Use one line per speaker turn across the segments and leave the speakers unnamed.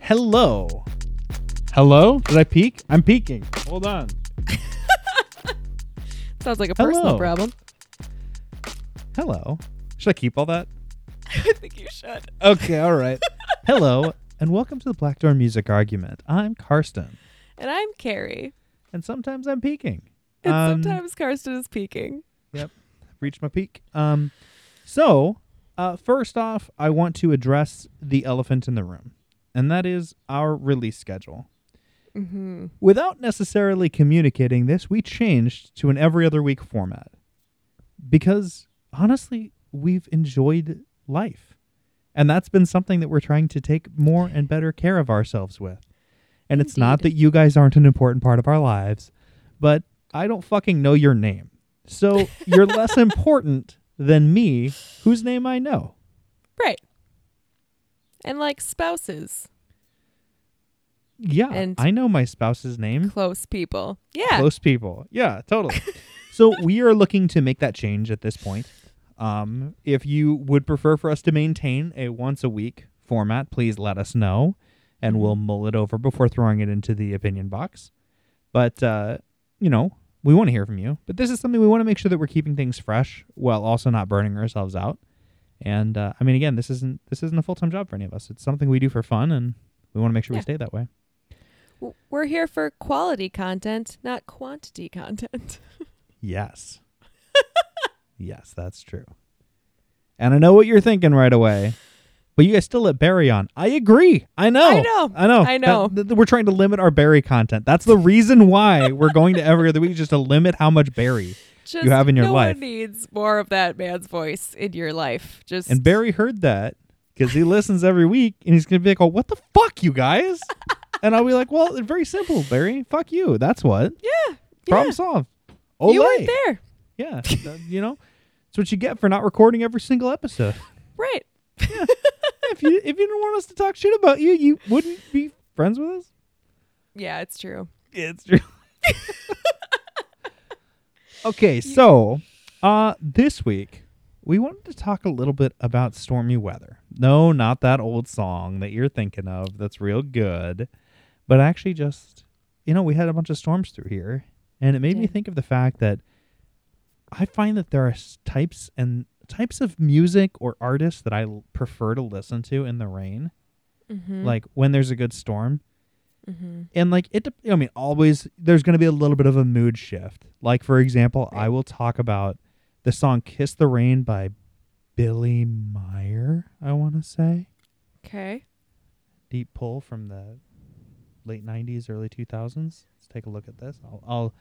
Hello. Hello? Did I peek? I'm peeking. Hold on.
Sounds like a personal
Hello.
problem.
Hello. Should I keep all that?
I think you should.
Okay, all right. Hello, and welcome to the Black Door Music Argument. I'm Karsten,
And I'm Carrie.
and sometimes I'm peeking.
And
Um,
sometimes Karsten is peeking.
reached my peak. Um, so, uh, first off, I want to address the elephant in the room, and that is our release schedule.
Mm-hmm.
Without necessarily communicating this, we changed to an every other week format because honestly, we've enjoyed life. And that's been something that we're trying to take more and better care of ourselves with. And it's not
Indeed.
that you guys aren't an important part of our lives, but I don't fucking know your name. So you're less important than me, whose name I know.
Right. And like spouses,
Yeah,
And-
I know my spouse's name.
close people. Yeah.
Hmm? close people. Yeah, totally. so we are looking to make that change at this point. Um, if you would prefer for us to maintain a once a week format, please let us know, and we'll
Mm-hmm.
mull it over before throwing it into the opinion box. But uh, you know, we want to hear from you. But this is something we want to make sure that we're keeping things fresh while also not burning ourselves out. And uh, I mean, again, this isn't this isn't a full time job for any of us. It's something we do for fun, and we want to make sure
Yeah.
we stay that way.
W- We're here for quality content, not quantity content.
Yes. yes, that's true. And I know what you're thinking right away, but you guys still let Barry on. I agree. I know.
I know.
I know.
I know.
That- that we're trying to limit our Barry content. That's the reason why we're going to every other week, just to limit how much Barry.
Just
have in your
no
life.
one needs more of that man's voice in your life. Just
And Barry heard that because he listens every week and he's going to be like, oh, what the fuck, you guys? and I'll be like, well, it's very simple, Barry. Fuck you. That's what.
yeah, yeah.
Problem solved. Olay.
You weren't there,
Yeah. th- you know, it's what you get for not recording every single episode.
right?
if you if you didn't want us to talk shit about you, you wouldn't be friends with us.
Yeah, it's true.
It's true. okay, so uh this week we wanted to talk a little bit about stormy weather. No, not that old song that you're thinking of that's real good, but actually just you know, we had a bunch of storms through here and it made me
Yeah.
think of the fact that I find that there are s- types and types of music or artists that I l- prefer to listen to in the rain,
Mm-hmm.
like when there's a good storm
mm-hmm.
and like it dep- i mean always there's going to be a little bit of a mood shift like for example i
Right.
will talk about the song kiss the rain by billy meyer i want to say
okay,
deep pull from the late 90s early 2000s let's take a look at this i'll,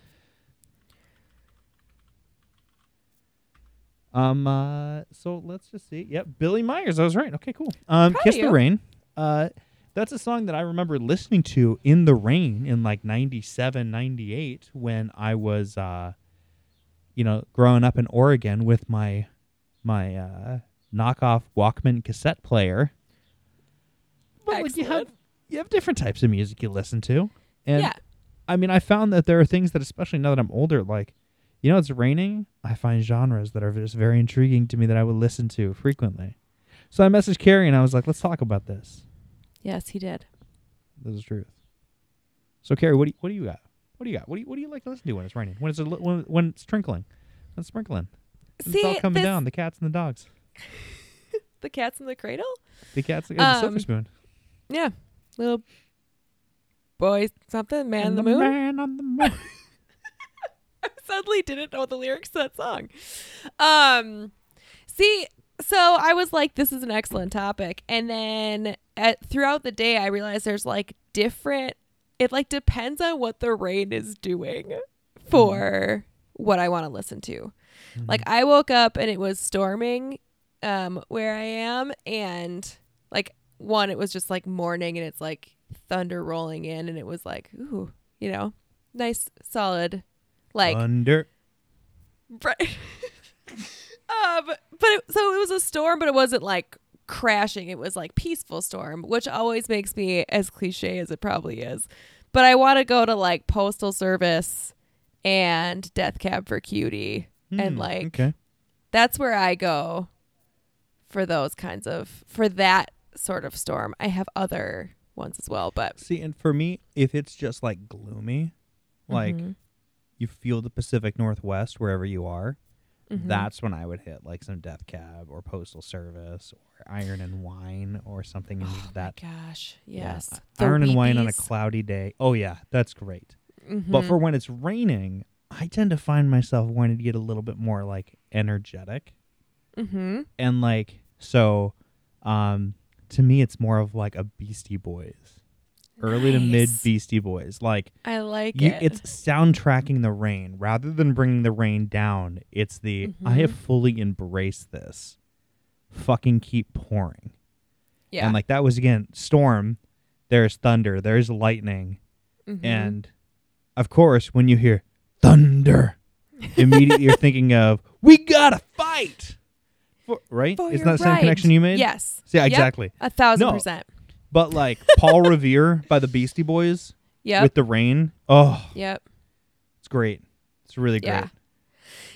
I'll um uh, so let's just see yep billy myers i was right okay cool um
Proud
kiss
of
the
you.
rain uh that's a song that i remember listening to in the rain in like 97 98 when i was uh you know growing up in oregon with my my uh knockoff walkman cassette player but like you have
Excellent.
you have different types of music you listen to and
yeah,
I mean, I found that there are things that, especially now that I'm older, like, you know, it's raining. I find genres that are just very intriguing to me that I would listen to frequently. So I messaged Carrie and I was like, let's talk about this.
yes, he did.
This is truth. So Carrie, what do you, what do you got? What do you got? What do you, what do you like to listen to when it's raining? When it's a, li- when, when it's sprinkling, when it's sprinkling, When it's all coming
this-
down. The cats and the dogs.
The cat's in the cradle?
The cats and the silver
Um,
spoon.
Yeah. Little boy something, man on
And
the, moon.
Man on the moon.
Suddenly didn't know the lyrics to that song. Um see, so I was like, this is an excellent topic. And then at, throughout the day I realized there's like different it like depends on what the rain is doing for what I want to listen to. Like I woke up and it was storming um where I am and like one it was just like morning and it's like thunder rolling in and it was like ooh, you know, nice solid like
under.
Right. um, but it, so it was a storm, but it wasn't like crashing. It was like peaceful storm, which always makes me as cliche as it probably is. But I want to go to like Postal Service and Death Cab for Cutie, and
Hmm,
like
okay.
that's where I go for those kinds of for that sort of storm. I have other ones as well. But
See, and for me, if it's just like gloomy,
Mm-hmm.
like you feel the Pacific Northwest wherever you are,
Mm-hmm.
that's when I would hit like some Death Cab or Postal Service or Iron and Wine or something in that.
Oh my gosh, yes, The
Iron and Wine on a
Wheaties. Mm-hmm.
cloudy day. Oh yeah, that's great. But for when it's raining, I tend to find myself wanting to get a little bit more like energetic
Mhm.
and like so. Um, to me, it's more of like a Beastie Boys, early to mid
Nice.
Beastie Boys, like.
I like
You,
it.
it's soundtracking the rain rather than bringing the rain down. It's the I have
Mm-hmm.
fully embraced this. Fucking keep pouring.
yeah,
And like that was again storm, there's thunder, there's lightning,
Mhm.
and of course when you hear thunder, immediately you're thinking of we got to fight. For, right?
For
Isn't
your
that the same
right.
connection you made?
Yes.
Yeah,
Yep.
exactly.
A thousand
No.
percent.
But like Paul Revere by the Beastie Boys
Yep.
with the rain. Oh,
yep.
it's great. It's really great.
Yeah.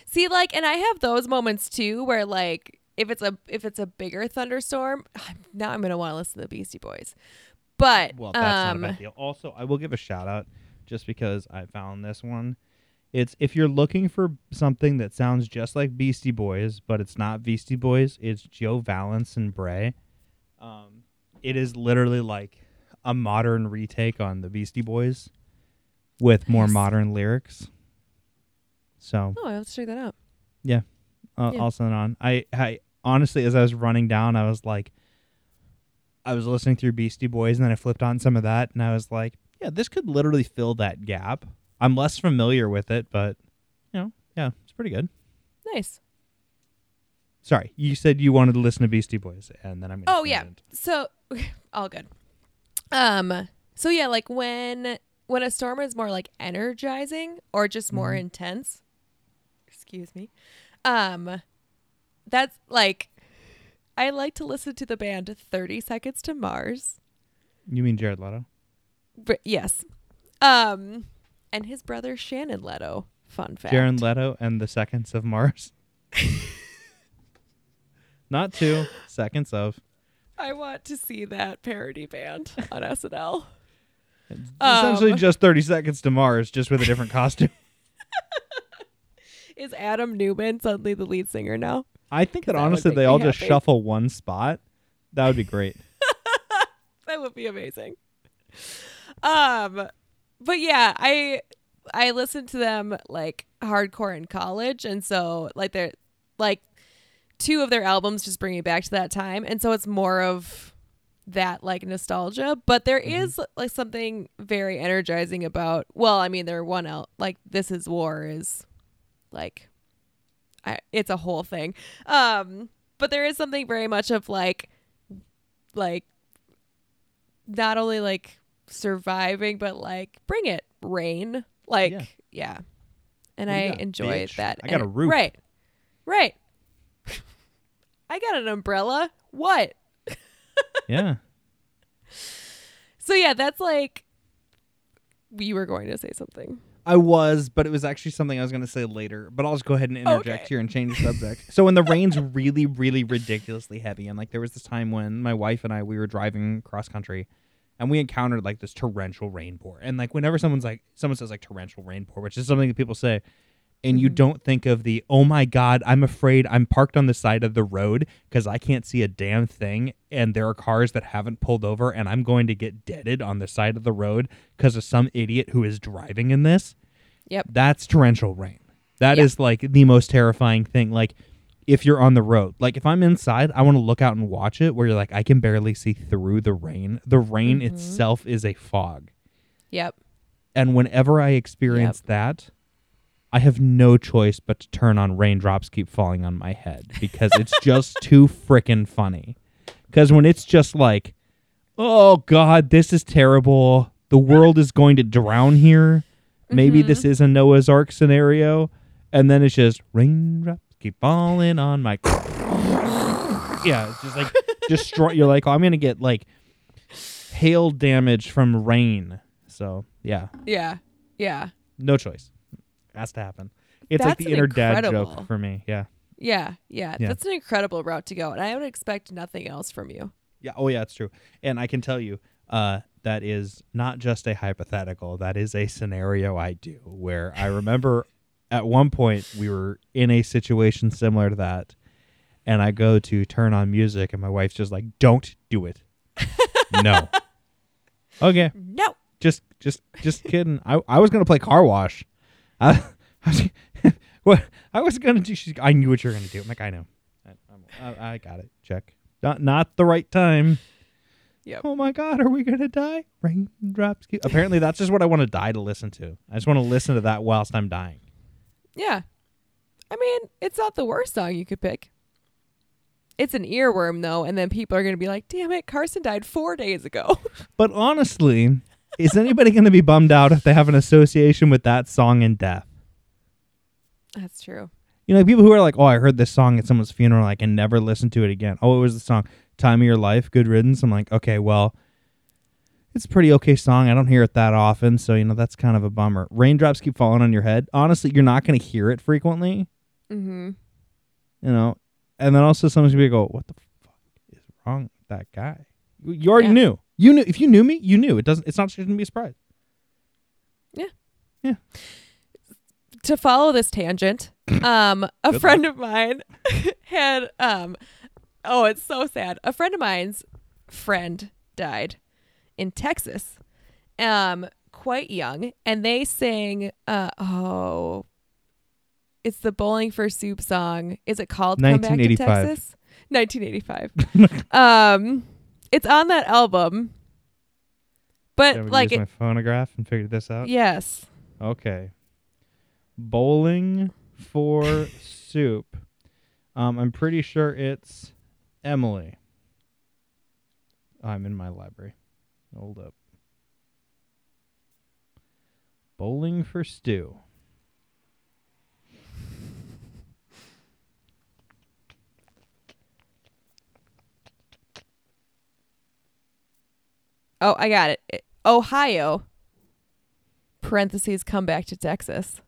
See, like, and I have those moments too, where like, if it's a if it's a bigger thunderstorm, now I'm gonna want to listen to the Beastie Boys. But
Well, that's
um,
not a bad deal. Also, I will give a shout out just because I found this one. It's if you're looking for something that sounds just like Beastie Boys, but it's not Beastie Boys, it's Joe Valence and Bray. Um, it is literally like a modern retake on the Beastie Boys with more
Nice.
modern lyrics. So
oh, I'll have to check that out.
uh,
Yeah.
I'll send it on. I, I honestly, as I was running down, I was like, I was listening through Beastie Boys, and then I flipped on some of that, and I was like, yeah, this could literally fill that gap. I'm less familiar with it, but you know, yeah, it's pretty good.
Nice.
Sorry, you said you wanted to listen to Beastie Boys, and then I'm. gonna
Oh yeah.
tangent.
So all good. Um so yeah, like when when a storm is more like energizing or just more intense. Excuse me. Um that's like I like to listen to the band 30 Seconds to Mars.
You mean Jared Leto?
But yes. Um and his brother Shannon Leto. Fun fact.
Jared Leto and the Seconds of Mars. Not two seconds of.
I want to see that parody band on SNL.
It's essentially
Um.
just 30 seconds to Mars, just with a different costume.
Is Adam Newman suddenly the lead singer now?
I think that
that would
honestly
make
they
me
all just
happy.
shuffle one spot. That would be great.
that would be amazing. Um, but yeah, I I listened to them like hardcore in college, and so like they're like two of their albums just bring me back to that time, and so it's more of that like nostalgia. But there is like something very energizing about. Well, I mean, their one out like "This Is War" is like I, it's a whole thing. Um, but there is something very much of like like not only like surviving but like bring it rain like
Yeah.
yeah, and
What do
i
you got,
enjoy
bitch?
that
I got
And-
a roof.
right right i got an umbrella what
yeah.
so yeah that's like you were going to say something
I was, but it was actually something I was going to say later, but I'll just go ahead and interject
Okay.
here and change the subject. so when the rain's really really ridiculously heavy and like there was this time when my wife and I we were driving cross country and we encountered like this torrential rainpour. And like whenever someone's like someone says like torrential rainpour, which is something that people say and you don't think of the oh my god i'm afraid i'm parked on the side of the road because i can't see a damn thing and there are cars that haven't pulled over and i'm going to get deaded on the side of the road because of some idiot who is driving in this
yep
that's torrential rain That is
Yeah.
like the most terrifying thing like if you're on the road like if i'm inside i want to look out and watch it where you're like i can barely see through the rain the rain
Mm-hmm.
itself is a fog
yep
and whenever I experience that, I have no choice but to turn on raindrops keep falling on my head because it's just too frickin' funny. Because when it's just like, oh God, this is terrible. The world is going to drown here. Maybe this is a Noah's Ark scenario. And then it's just raindrops keep falling on my. yeah, it's just like destroy. You're like, oh, I'm gonna get like hail damage from rain. So yeah,
yeah yeah
no choice. Has to happen. It's like
That's
the inner dad
incredible.
joke for me. Yeah.
yeah yeah
Yeah.
that's an incredible route to go and i would expect nothing else from you
Yeah. Oh yeah, it's true. And I can tell you, uh, that is not just a hypothetical, that is a scenario I do where I remember at one point we were in a situation similar to that and I go to turn on music and my wife's just like, "Don't do it." no. Okay,
No.
just just just kidding. I I was going to play car wash. I, I was, what I was going to do she's I knew what you were going to do. I'm like, "I know." I, I'm- I, I got it. Check. Not not the right time.
Yep.
Oh my God, are we gonna die? Raindrops. Keep... Apparently, that's just what I want to die to listen to. I just want to listen to that whilst I'm dying.
Yeah. I mean, it's not the worst song you could pick. It's an earworm though, and then people are gonna be like, "Damn it, Carson died four days ago."
But honestly, is anybody gonna be bummed out if they have an association with that song and death?
That's true.
You know, people who are like, "Oh, I heard this song at someone's funeral, and I can never listen to it again." Oh, it was the song "Time of Your Life," "Good Riddance." I'm like, okay, well, it's a pretty okay song. I don't hear it that often, so you know that's kind of a bummer. Raindrops keep falling on your head. Honestly, you're not gonna hear it frequently.
Mm-hmm.
you know. And then also someone's gonna be go, what the fuck is wrong with that guy? You- You already
Yeah.
knew. You knew if you knew me, you knew. It doesn't. It's not shouldn't be a surprise.
to follow this tangent, um, a
Good
friend of mine had um, oh, it's so sad. A friend of mine's friend died in Texas, um, quite young, and they sang uh, oh, it's the Bowling for Soup song. Is it called "Come Back to
1985.
Texas"? 1985. um, it's on that album,
Should
but
I
like,
use my phonograph and figured this out.
yes.
Okay, bowling for soup. Um, I'm pretty sure it's Emily. I'm in my library. Hold up. Bowling for stew.
Oh, I got it. It- Ohio. Parentheses come back to Texas.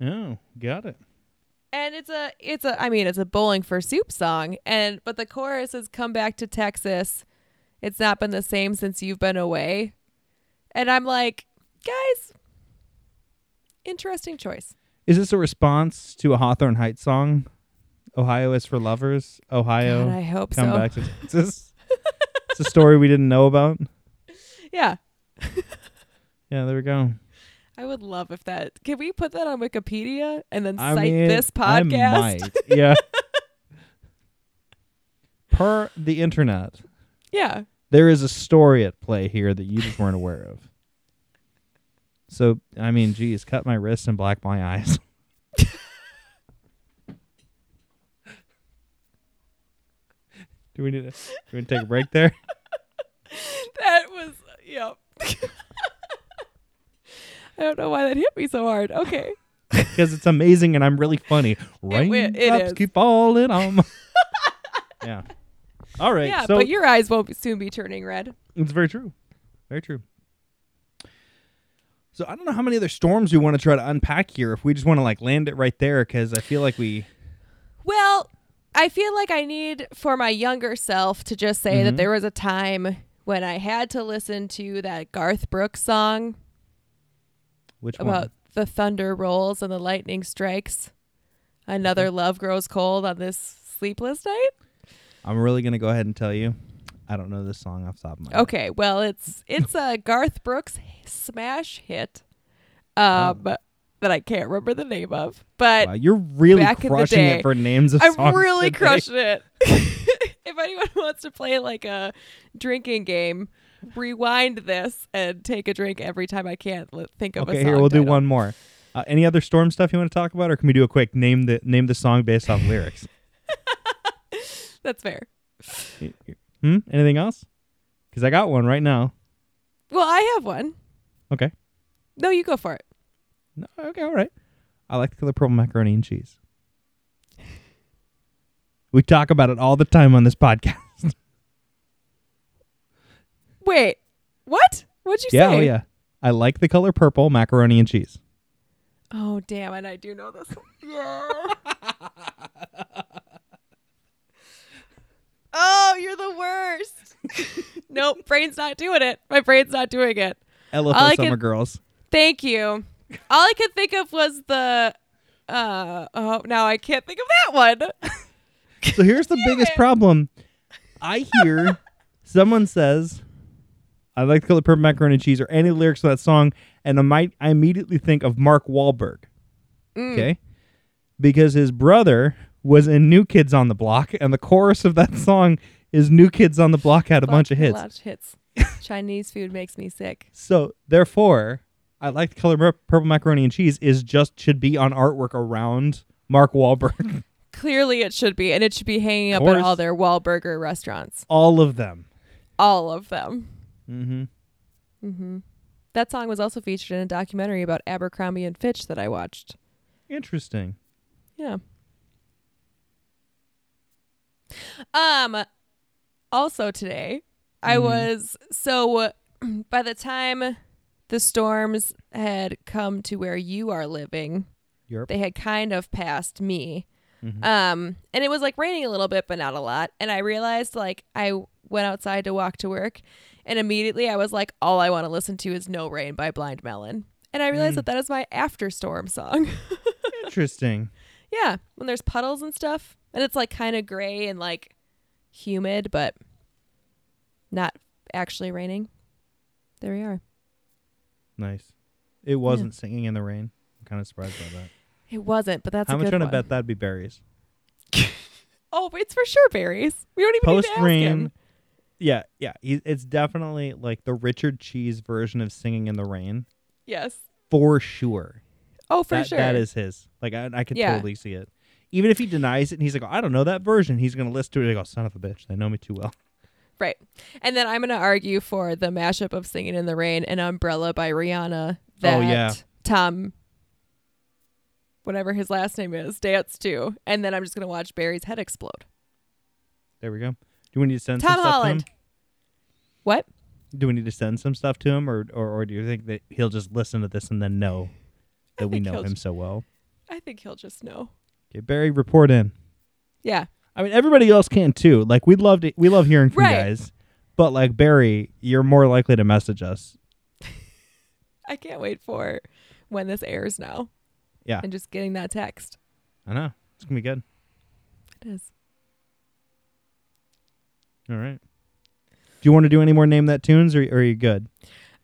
Oh, got it.
And it's a it's a I mean it's a bowling for soup song and but the chorus is come back to Texas. It's not been the same since you've been away. And I'm like, guys, interesting choice.
Is this a response to a Hawthorne Heights song? Ohio is for lovers. Ohio,
God, I hope
come
so.
back to Texas. it's a story we didn't know about.
Yeah.
Yeah, there we go.
I would love if that can we put that on Wikipedia and then
I
cite
mean,
this
I
podcast?
might. Yeah. per the internet,
Yeah.
there is a story at play here that you just weren't aware of. So, I mean, geez, cut my wrists and black my eyes. do we need to, do we need to take a break there?
That was yep. I don't know why that hit me so hard. Okay.
because it's amazing and I'm really funny.
wi- it
Raindrops
is.
keep falling on. my- yeah. All right.
yeah,
so
but your eyes won't be- soon be turning red.
it's very true. Very true. So I don't know how many other storms we want to try to unpack here. If we just want to like land it right there, because I feel like we
Well, I feel like I need for my younger self to just say
Mm-hmm.
that there was a time when I had to listen to that Garth Brooks song
which
about
one?
the thunder rolls and the lightning strikes. Another love grows cold on this sleepless night.
I'm really gonna go ahead and tell you. I don't know this song off the top of my head.
Okay, well, it's it's a Garth Brooks smash hit,
Oh.
um, that I can't remember the name of, but
Wow, you're really
Back in the
crushing
day,
it for names of songs.
I'm really
today.
crushing it. if anyone wants to play like a drinking game, rewind this and take a drink every time I can't li- think of a
Okay,
song.
here we'll do
title.
one more. Uh, any other storm stuff you want to talk about, or can we do a quick name the name the song based off lyrics?
That's fair.
Hmm? Anything else? Because I got one right now.
Well, I have one.
Okay.
No, you go for it.
No, okay, all right. I like the color purple macaroni and cheese. We talk about it all the time on this podcast.
Wait, what? What'd you
yeah,
say?
oh yeah. I like the color purple macaroni and cheese.
Oh damn, and I do know this. one. Yeah. oh, you're the worst. no nope, brain's not doing it. My brain's not doing it.
LFO
I like
Summer
it-
Girls.
Thank you. All I could think of was the. Uh, oh, now I can't think of that one.
So here's the biggest
it.
problem. I hear someone says, "I like to call it purple macaroni and cheese" or any lyrics of that song, and I might I immediately think of Mark Wahlberg. Okay, because his brother was in New Kids on the Block, and the chorus of that song is "New Kids on the Block had a bunch of hits."
Bunch of hits. Chinese food makes me sick.
So therefore, I like the color Pur- purple macaroni and cheese is just should be on artwork around Mark Wahlberg.
Clearly, it should be, and it should be hanging up at
course.
all their Wahlburger restaurants.
All of them.
All of them.
Mm-hmm.
That song was also featured in a documentary about Abercrombie and Fitch that I watched.
Interesting.
Yeah. Um also today I was so by the time the storms had come to where you are living,
Europe.
they had kind of passed me. Um and it was like raining a little bit but not a lot and I realized like I went outside to walk to work and immediately I was like all I want to listen to is No Rain by Blind Melon. And I realized that that is my after storm song.
Interesting.
Yeah, when there's puddles and stuff, and it's like kind of gray and like humid, but not actually raining. There we are.
Nice. It wasn't singing in the rain. I'm kind of surprised by that.
It wasn't, but that's
How
a
much
good
trying to
one.
bet that'd be berries?
Oh, it's for sure berries. We don't even
Post
need to ask
rain.
him.
Yeah, yeah. He, it's definitely like the Richard Cheese version of singing in the rain
Yes.
for sure.
Oh, for
that,
sure.
That is his. Like I, I could
Yeah.
totally see it. Even if he denies it and he's like, I don't know that version, he's gonna listen to it and go, son of a bitch, they know me too well.
right. And then I'm gonna argue for the mashup of "Singing in the Rain" and "Umbrella" by Rihanna. That
Oh, yeah.
Tom, whatever his last name is, dance to, and then I'm just gonna watch Barry's head explode.
There we go. Do we need to send
Tom
some stuff
Holland.
to
What?
him? Do we need to send some stuff to him, or or, or do you think that he'll just listen to this and then know that we
think
know
he'll
him
just-
so well?
I think he'll just know.
Okay, Barry, report in.
Yeah.
I mean, everybody else can too. Like we love to, we love hearing from you
Right.
guys, but like Barry, you're more likely to message us.
I can't wait for when this airs now.
Yeah.
And just getting that text.
I know it's gonna be good.
It is.
All right. Do you want to do any more name that tunes, or, or are you good?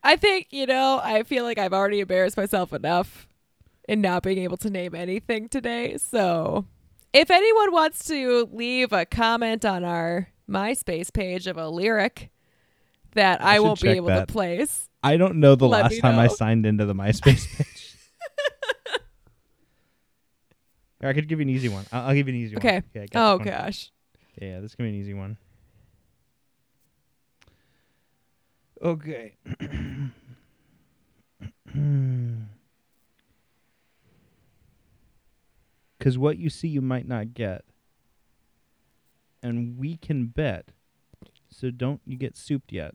I think, you know, I feel like I've already embarrassed myself enough in not being able to name anything today. So if anyone wants to leave a comment on our MySpace page of a lyric that
I
I,
should
won't be
check
able
that.
to place,
I don't know the
Let
last
me
time I
know.
signed into the MySpace page. I could give you an easy one. I'll, I'll give you an easy
Okay.
one. Okay. I got
oh
this one.
gosh.
Yeah, this is gonna be an easy one. Okay. Because what you see, you might not get, and we can bet. So don't you get souped yet.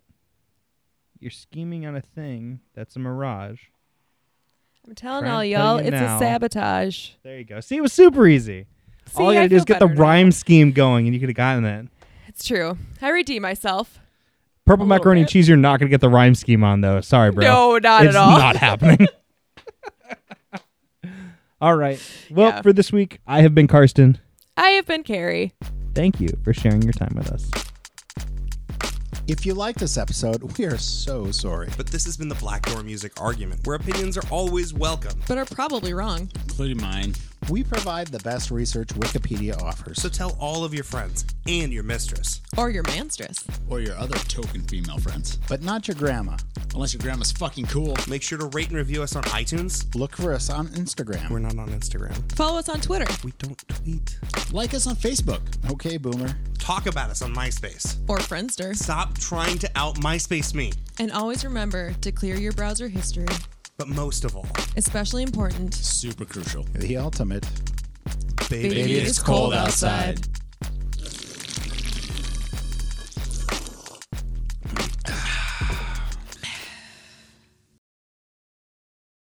You're scheming on a thing that's a mirage.
I'm telling
Trying
all
to
y'all,
tell you
it's
now.
a sabotage.
There you go. See, it was super easy. All
See,
you
I
gotta do is
feel
get the
better now.
rhyme scheme going, and you could have gotten it.
It's true. I redeem myself.
Purple
A little
macaroni and
bit.
cheese, you're not going to get the rhyme scheme on, though. Sorry, bro.
Oh, No, not
it's
at all.
not happening. all right. Well,
Yeah.
for this week, I have been Karsten.
I have been Carrie.
Thank you for sharing your time with us.
If you like this episode, we are so sorry.
But this has been the Black Door Music Argument, where opinions are always welcome.
But are probably wrong.
including mine.
We provide the best research Wikipedia offers.
So tell all of your friends and your mistress.
Or your manstress.
Or your other token female friends.
but not your grandma.
Unless your grandma's fucking cool.
Make sure to rate and review us on iTunes.
Look for us on Instagram.
We're not on Instagram.
Follow us on Twitter
We don't tweet.
Like us on Facebook.
okay, boomer.
Talk about us on MySpace.
or Friendster.
Stop trying to out MySpace me.
And always remember to clear your browser history,
But most of all,
especially important.
Super crucial.
The ultimate.
baby,
Baby,
it's cold outside.